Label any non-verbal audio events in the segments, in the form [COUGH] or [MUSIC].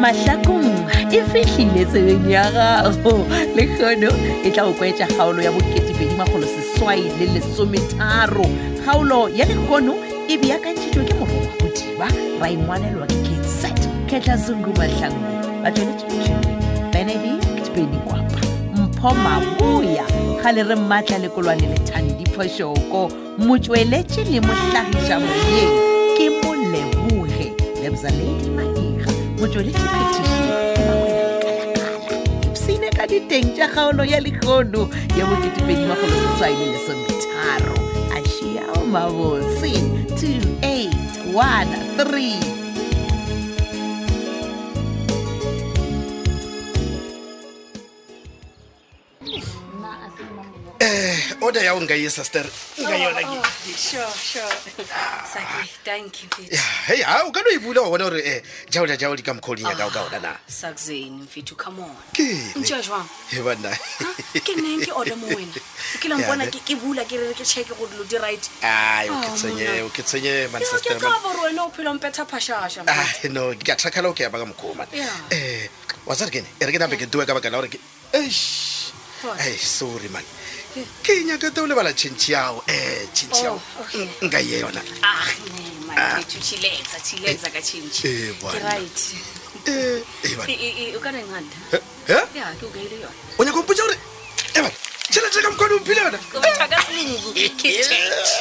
mahlakong e fihlile tsebeng ya gago le kgono e tla go kwetša kgaolo ya bo2edimagoloseswai le lesometharo kgaolo ya lekgono e beakantšhitšwe ke morongwa bodiba ra engwalelwa ke ketset ketla zungu mahlango ba tsweletšešwe benedict benikwapa mpho maboya ga le re maatla le kolwane lethandiphošoko motsweletše le mohlagiša moyeng ke moleboge lebza lady maega motsweletše phetiši ipsene ka diteng tša kgaolo ya lekgono ya boketepedi magolo seswai le lesometharo ašiao mabotse 2813 Eh, order yao ngaye sister ngayona Oh, ke Yeah, hey ha o ka no e bula wa bona gore um jaola jaole ka mokgoding Ah. ya kao ka ona na sakzeni mfethu come on Ke eng? ntse jwang e banna Ha? ke neng ke order mo wena o kile Yeah, mpona ne. ke ke bula ke rere ke checke gore dilo di right [LAUGHS] ai o Ah, ke tshwenye monna. o ke tshwenye man Yo, sister ke man. ka gore wena o phela mpetha phashasha man. Ah, no ke a thakala o ke yaba ka mokgoman Yeah. um watsare kene e re ke nape ke tewe ka baka la gore ke Eish. What? ai sorry man ke nyaka teo lebala tšhentšhi yao um tšhentšhi yao Oh, okay. ngaye yona ah ne mafethu chiletsa chiletsa ka Eh, chintshi bwana. ke right Eh, eh, bana. E- e- e, o ka reng ganda Eh, eh? ya ke o kaile yona o nyaka ompotsa gore e bana tšhelete ka mokgodi ophile yona Ke batla ka selungu ke change.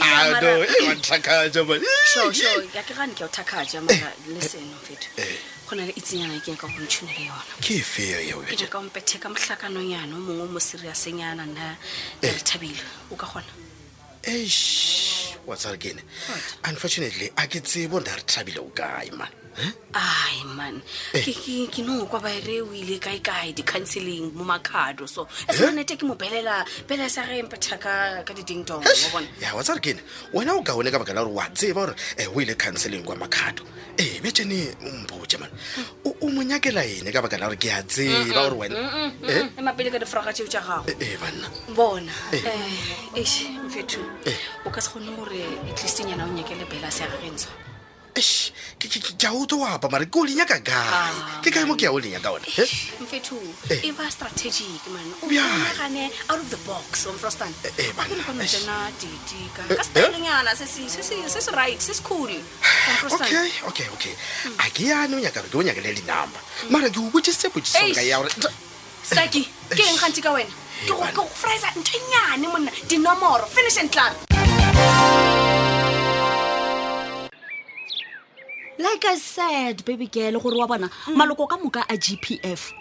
Ah, no, Mara- e banthakatša man sure sure ya ke gane ke o thakhaja mara le seno mfetho go na le itsenyana ke nyaka go ntšhunele yona ke efeo yeo ke bja nyaka ompethe ka mohlakanonyana o mongwe o mo seriasenyana nna ke re thabile o ka gona Eish, wa tsare ke ene What? unfortunately a ke tsebo nna re thabile o kae man Eh? ai man ke- ke ke no kwa baere o ile kaekae di-counseling mo makhado so esenete ke mo belela bela sa ge mpetha ka ka di-ding dong wa bona ya wa tsare ke ene wena o kaone ka baka la gore wa tseba gore um o ile counseling kwa makgato ee betšene mpotse man o o mo nyakela ene ka baka la gore ke a tseba gore wena Eh? e mapele ka difraga tseo tja gago ee banna bona um eish mfetho o ka se kgone gore atleastenyana o nyake le bela sa gagentsho Eish, ke- ke ke a utswa wapa mare ke o lenyaka kae Ah. ke kae mo ke ya o lenyaka one Eh? mfethu Eh. e ba strategic man o Bjale. nagane out of the box omfrostan Eh, eh, banna, akele kgone eish. tsena dite ka- Eh, ka eh? setelenyana se se- se se- se se right se se cool okay okay okay a ke yane o nyaka gore ke o nyakele dinumber mara ke o botsisitse potsisoka Eish. ya gore saki ke eng gantsi ka wena ke go- banna. ke go frisa ntho e nyane monna dinomoro finish and clar like i said baby girl gore wa bona maloko ka moka a gpf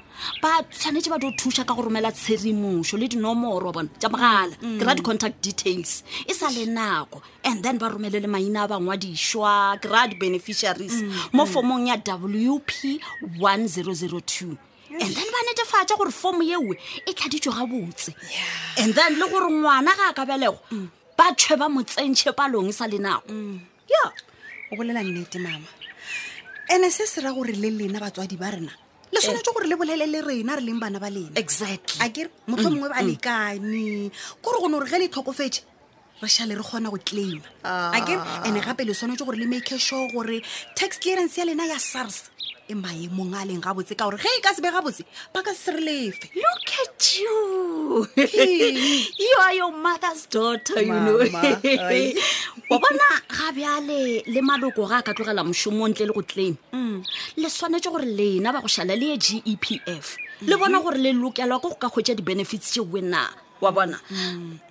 ba tshwanetse ba di o thuša ka go romela tshedimošo le dinomoro wa bona tša mogala ke ra di-contact details e sa le nako and then ba romele le maina a bangwa dišwa ke ra di-beneficiaries mo formong ya wp 1002 and then ba netefatša gore fomo yeo e tladitšwe gabotse and then le gore ngwana ga a ka belego ba tshwe ba mo tsentšhe palong e sa le nako ya o bolela nnete mama ene se se ra gore le lena batswadi ba rena le tshwanetse gore le bolele le rena re leng bana ba lena exactly a kere motlho mongwe ba lekane kore go ne gore ge le tlhokofetse re šale re kgona go claima a kere ande gape le tshwanetse gore le make sure gore tax clearance ya lena ya sars e maemong a leng gabotse ka gore ge e ka se be gabotse ba ka se re lefe Look at you. [LAUGHS] you are your mother's daughter, you know. Mama, ai. wa bona ga bjale le maloko ga a ka tlogela mošomong ntle le go claim Mm. le swanetse gore lena ba go šala le ye g e p f le bona gore le lokelwa ke go ka kgwetsa di-benefits tše wena wa bona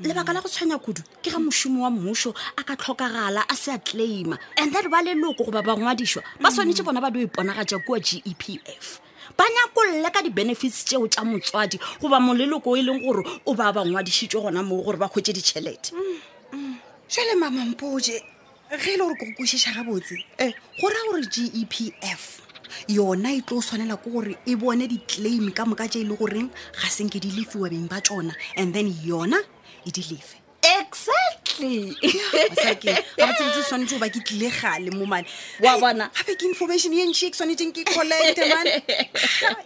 lebaka la go tshwenya kudu ke ga mošomo wa mmušo a ka tlhokagala a se a claima and then ba leloko goba bangwadišwa ba swanetse bona ba di o iponagatša kua g e p f ba nyakolle ka di-benefits tšeo tša motswadi goba moleloko e leng gore o ba bangwadišitšwe gona moo gore ba kgwetse ditšhelete jale mamampoje ge e le gore ke go kwešiša gabotse go raya gore gepf yona e tlo tshwanela ke gore e bone di-claim ka moka tse e le goreng ga senke di lefiwa beng ba tsona and then yona e di lefe exactly gabatsebetse tshwanetse o ba ke tlile gale mo mane Wa Hai, bona. gape ke information ye ntšhi e ke tshwanetseng ke collecte mane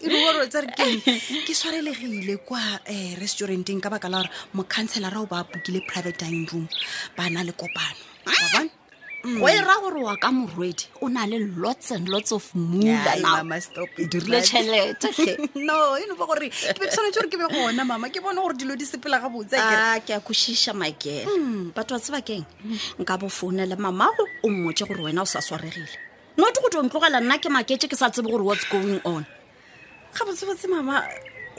e re gore tsa re keng ke tshwarelegile kwa um restauranteng ka baka Ah! la gore mocounselara o ba bokile private dining room ba na le kopano Wa bona? go e raya gore wa ka morwedi o na le lots and lots of moola Ai, now. mama, stop o it, dirile but- [LAUGHS] tšhelete no eno ba gore ke be ke tshwanetse gore ke be gona mama ke bone gore dilo di sepela ga botse a Ah, ke a kwešiša makela Hmm. batho ba tsebakeng nka bo founele mamago o mmotse gore wena o sa swaregile note go tong tlogela nna ke maketse ke sa tsebe gore what's going on ga botsebotse mama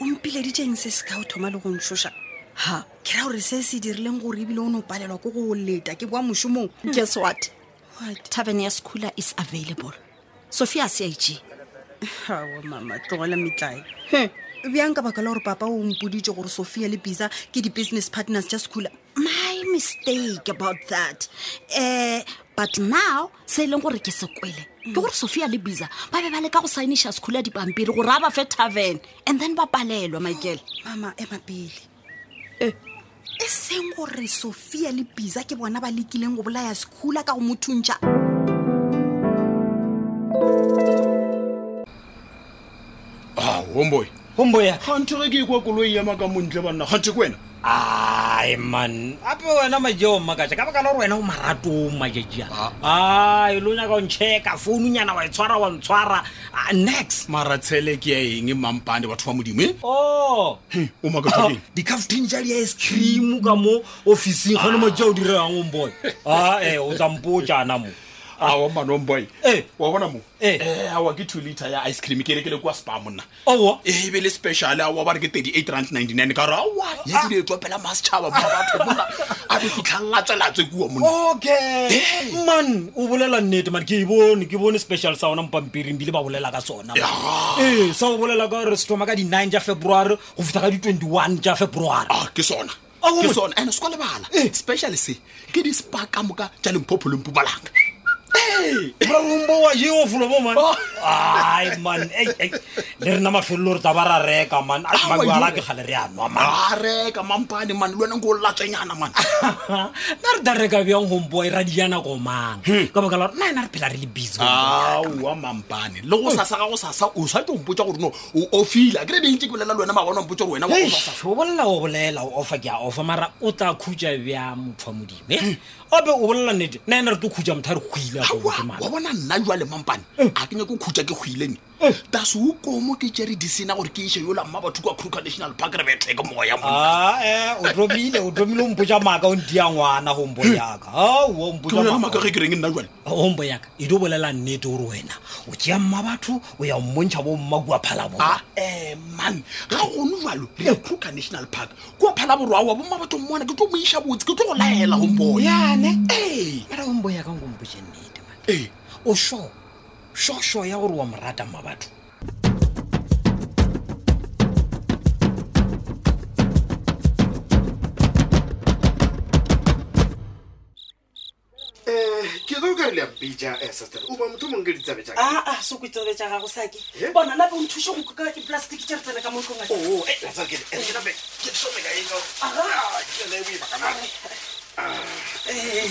o mpileditšeng se se ka o thoma le go ntshoša ha ke ra gore se se dirileng gore ebile o ne o palelwa ke go leta ke boa mošomong guess what What? tavern ya schooler is available sophia cig Hawa, mama tlogela metlae he bjang ka baka la gore papa o mpoditse gore sophia le bisa ke di-business partners tša schooler my mistake about that um but now se e leng gore ke sekwele ke gore sophia le bisa ba be ba leka go signiša schooler dipampiri gore a ba fe tavern and then ba palelwa maikele mama ema pele e seng gore sophia le bisa ke bona ba lekileng go bolaya schooler ka go mothuntša ao homeboy homboya gante ge ke ekwa koloi yama ka montle banna gante ke wena ai man ape wena majeo mmakatša ka baka la gore wena o maratong matšatšia ai lo nyaka o ntšheka foununyana wa e tshwara wa ntshwara Ah, next mara tshele ke ya eng mampane batho ba modimo e o o [LAUGHS] [LAUGHS] makatokeng dicaftin ja dia escream ka mo officing gone majeo o diregang omboy ae Ah, eh, o tsampotjana mo ao mane homeboy Eh. wa bona mo Eh. Eh, awa ke two liter ya ice cream ke rekele kwa spa monna oa e be le special awa ba re ke thirty-eight rand ninety-nine ka re awa ya dile e tsopela masetšhaba ba batho monna a be fitlhang a tswelatswe kua monna okay man o bolela nnete man ke e bone ke bone special sa ona mpampiring bile ba bolela ka sona man. Ya. ee sa o bolela ka gore se thoma ka di-nine ja february go fitlha ka di-twenty-one ja february Ah, ke sona Ah, Eh. homeboy. ke sona ande se kwa lebala special se ke di-spa ka moka tša lempopho le mpumalanga braomboa jeo folo bo man Oh. ai man ei, ei. le rena mafelelo re taba ra reka man Ah, wa maala di- ke gale re a nwa man [LAUGHS] a Ah, reka mampane mane le wena nko o latswenyana mane nna re da reka bjang gomboi ra dia nako mang Hmm. ka baka la gore nna ena re phela re le busy Ah. Ah, aowa mampane le go sasa ga go sasa o swanetse ompotsa gore no o ofile a kere dintse ke bolela le wena maabane ompotsa gore wena wa go sasa o bolela o bolela o offer ke a offer mara o tla khutsa bja motho wa modimo Hmm. e ope o bolela nnete nna ena re tlo khutsa motho a re goile Aowa, wa bona nna jale mampane Eh. a ke nyako khutsa ke goilene tase o komo ke tere di sena gore ke ise yola mma batho kwa kruka national park re betleke moya Ah, mo ae o tomile o tomile o mpotsa maaka o ntia ngwana gombo yaka aowa Ah, o ke bolela mpotsa maaka ge ke reng nna jale ombo yaka e di o bolela nnete gore wena o tšea mma batho o ya mmontšha bo mma kua phala Ah. ae bona Ah, eh, man ga gone jalo re ya kruka national park kua phala borwa wa bomma batho mmona ke tlo moiša botse ke tlo go laela gomboya yane ee ara ombo yaka nkompoše nnete man ee o sho shosho ya gore wa morata mma batho Eh, ke tlo e ka ile mpija eh, sister o ba motho mongwe ke ditsabe tjaka aa sekwetsebe ja gago sake Eh? bona nape o nthuse go kuka dipolastiki tse re tsena ka mo tlong a- Oh, eh, that's okay. Eh, get up, eh. Get some, eh, guys, oh. Ah, ke le boima ka mane. Ah. eh,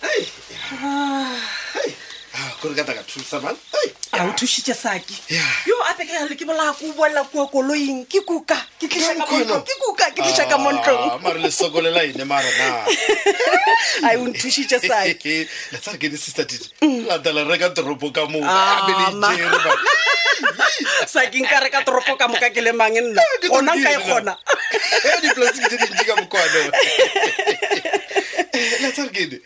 Hey. Hey. Ah, kore ka tla ka thusa, man. Hey. a o thušitše sake Yeah. yo ape ke gale ke bola ko bolela kua koloing ke kuka ke tliša ka mo Ke ntlong mokhona. ke kuka ke tliša ka mo Ah, mm. ntlong mare le sokolela ene mara na ai o nthušitše sake [LAUGHS] letsa re kene sister tite lata la reka toropo ka moo a be le Ah, ma- jere man sake nka reka toropo ka moka ke le mang nna Eh, ke tlo gona nka e dira. kgona Eh, dipolastiki tse dintsi ka mokwano letsa re kene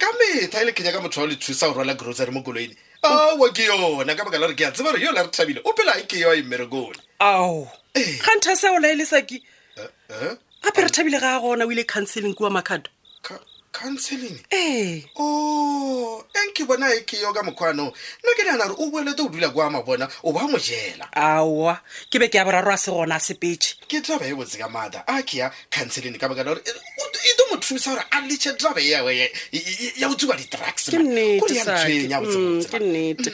ka metha e le kenya ka motho wa ho le thusa go rwala grocery mo koloing awa ke yona ka baka la gore ke a tseba gore yo la re thabile o phela e ke yo a immerekone ao ga ntha sa ola e le sake Eh? gape re thabile ga a gona o ile counseling kua makhado Ca- counseling ee o enke bona e ke yo ka mokgwano nna ke nagana gore o boelete o dula kwa mabona o ba mo jela aowa ke be ke ya boraro a se gona a sepetse ke draba e botse ka maatha a ke ya counseling ka baka la gore e- o- e tlo mo thusa gore a letšhe draba e yawe ya- ya- ya go tsuba di-drugs ke man. Kore nnete ya Saki. ntshwenya Mm, ke botsebotse nnete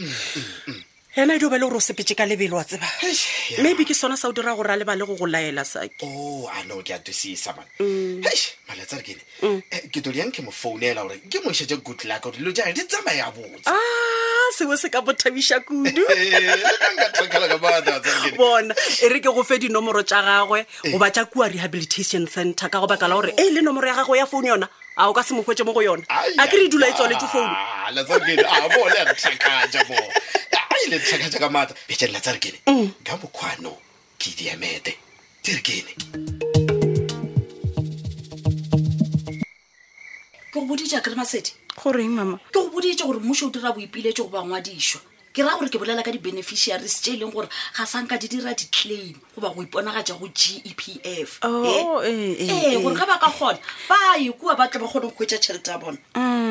ena e di o bale gore o sepetse ka lebelo wa tseba mm, Eish, ya. maybe ke sona sa o dira gore a lebale go go laela saki o a no ke a tesisa man Mm. hei malatsi a re kene Eh, ke todi yang ke mo founela gore ke mo šhete good luck gore dilo jae di tsamaya botse Ah. a seo se ka bothabisa kudu nka thakala ka maatha tsa re kene bona e re ke go fe dinomoro tša gagwe goba tša kua rehabilitation center ka go baka la gore e le nomoro ya gagwe ya founu yona a o ka se mo hwetse mo go yona Ai, a ke re dula e tswaletse founu Ah, let's not get- ah, bo, le a ntlhakatša, bo. Ai, le ntlhakatša ka Eh, maatla. Betšane, let's not get- Mm. ka mokgwano ke diamete di re kene ke go boditša kremasedi goreng mama ke go boditše gore mmušo o dira boipiletšo go bangwadišwa ke raya gore ke bolela ka di-beneficiaries tše e leng gore ga sanka di dira di-claim goba go iponagatša go g e p f Oh, eh, eh, ee gore ga ba ka kgona ba e kua ba tla ba kgone go hwetša tšhelete ya bona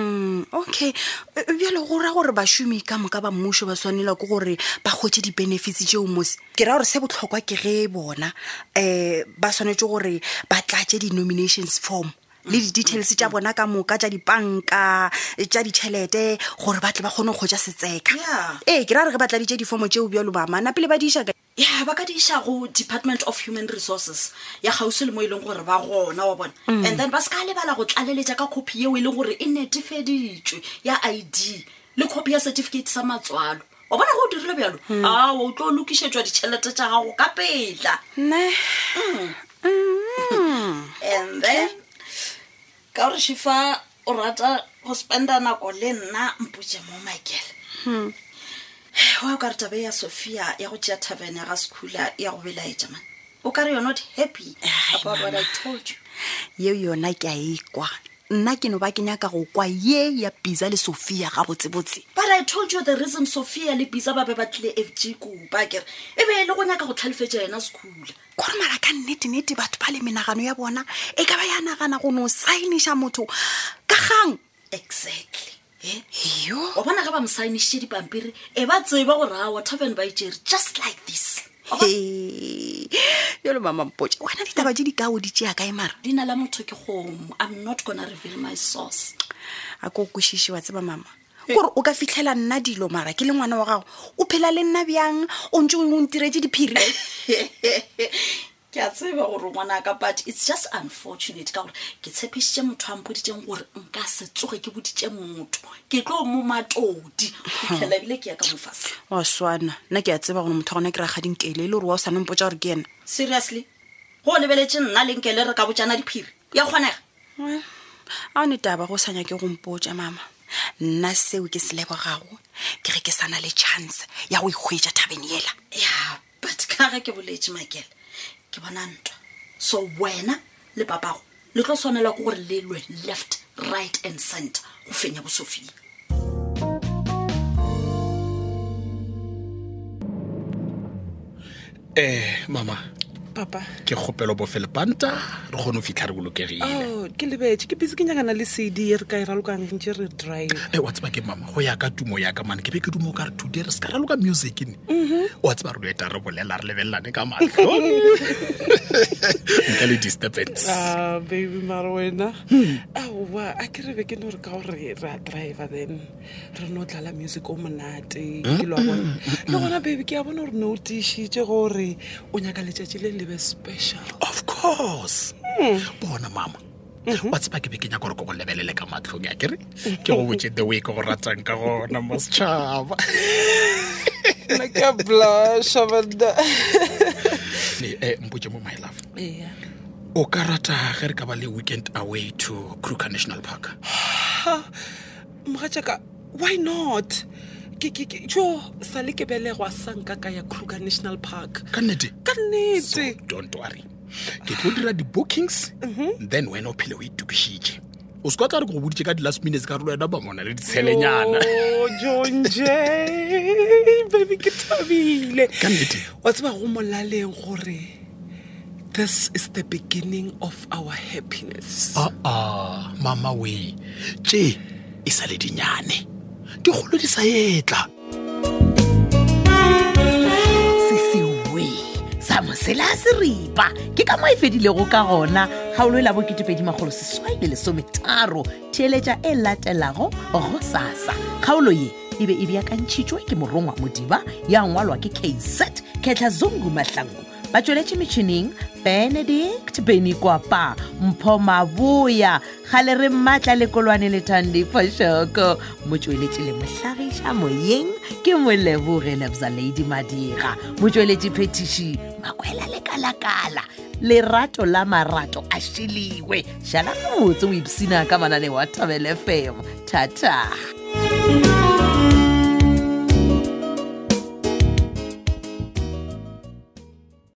Mm, okay E, Eh, bjale go raya gore bašomi ka moka ba mmušo ba tshwanela ke gore ba kgwetse di-benefits tšeo mose ke raya gore se botlhokwa ke ge bona um ba tshwanetse gore ba tlatse di-nominations form le di-details tša bona ka moka tša dipanka tša ditšhelete gore ba tle ba kgone go ja setseka Yeah. ee ke raya gore ge ba tladitse difomo tšeo bjalo bamana pele ba di iša ka ya ba ka di iša go department of human resources ya gausi le mo e leng gore ba gona wa bona and then ba se ka lebala go tlaleletša ka copy yeo e leng gore e netefeditswe ya id le copy ya certificate sa matswalo wa bona go o dirile bjalo ao o tlo lokisetswa ditšhelete tša gago ka petla ne [LAUGHS] and then ka gore shifa o rata go spenda nako le nna mpotse mo makele wa o ka re tabe ya sophia ya go tšea tavern ya ga sekhula ya go belaetša man o ka re you're not happy about what i told you yeo yona ke a ekwa nna ke no ba ke nyaka go kwa ye ya pisa le sophia gabotsebotse but i told you the reason sophia le bisa ba be ba tlile f g kopa kere e be e le go nyaka go tlhalefetša yena sekhula kore mara ka nnetennete batho ba le menagano ya bona e ka ba ya nagana go no sainiša motho ka gang exactly e yo wa bona ga ba mosainišitše dipampiri e ba tseba gore awa tavern ba itšere just like this Wa bona? jalo mamampotse wena ditaba tse di ka o di tšea kae mara leina la motho ke kgomo i'm not gonna reveal my source a ko o kwešiše wa tseba mama kore o ka fitlhela nna dilo mara ke le ngwana wa gago o phela le nna bjang o ntse o ntiretse diphiri [LAUGHS] ke a tseba gore ngwana ka but it's just unfortunate ka gore ke tshepišitše motho a mpoditseng gore nka se tsoge ke boditše motho ke tlo mo matodi fitlhela ebile ke ya ka mofase wa swana nna ke a tseba gore motho wa gona ke ragadinkele le gore wa o sa nompotsa gore ke ena seriously go lebeletse nna lenke le re ka botjana diphiri ya kgonega a one taba go sanya ke gompotsa mama nna seo ke se lebogago ke ge ke sa na le chance ya go ikgwetsa thabeng ela ya but ka ge ke boletse makele ke bona ntwa so wena le papago le tlo tshwanelwa ke gore le lwe left right and center go fenya bosofia eh mama papa ke kgopelo bofelepanta re kgone go fitlha re bolokegile Oh, ke lebetse ke bese ke nyakana le cd e re ka e ralokantse re drive e wa tseba ke mama go ya ka tumo ya ka mane ke be ke dumo ka re today re se ka raloka music ne wa tseba re loeta re bolela re lebelelane ka [LAUGHS] matlho nka le disturbance a Ah, baby mara wena aowa a ke rebe ke no re ka gore ra driver then re no tlala music o monate kelo a bona le gona baby ke a bona gore ne o tišitše gore o nyaka letšatši le lebe special of course Eh. bona mama Mhm. wa tseba ke be ke nyaka gore ke go lebelele ka matlhong ya kere Eh. ke go botse the way ke go ratang ka gona mo setšhaba nna ke a blusha banna mpotse eh, mo my love ea o ka rata ge re ka ba le weekend away to kruger national park mogatšaka why not Ke- ke- ke- jo sale ke belegwa sanka ka ya kruger national park ka nnete ka so nnete don't worry ke tlo dira di-bookings Mhm. then wena o phele o itukišitše o se ka tla re ke go boditše ka di-last minutes ka rolo wena ba mona le e ditshelenyana Oh, john j baby ke thabile Ka nnete. wa tseba go molaleng gore this is the beginning of our happiness aa Ah, mama we tše e sa le dinyane dikgolo di sa etla sesewe sa mosela a seripa ke ka mo e fedilego ka gona kgaolo e la bo 2 lesometharo theeletša e latelago go sasa kgaolo ye e be e beakantšhitšwe ke morongwa modiba ya ngwalwa ke kz kgetlha zongu mahlangu ba tsweletše metšhineng benedict benikwapa mpho maboya gale re maatla lekolwane le thandiposhoko motsweletši le mohlagiša moyeng ke moleboge lebza ladi madira motsweletši phetiši makwela lekalakala lerato la marato a šheliwe šala gabotse o ipsina ka manane wa thabele femo thata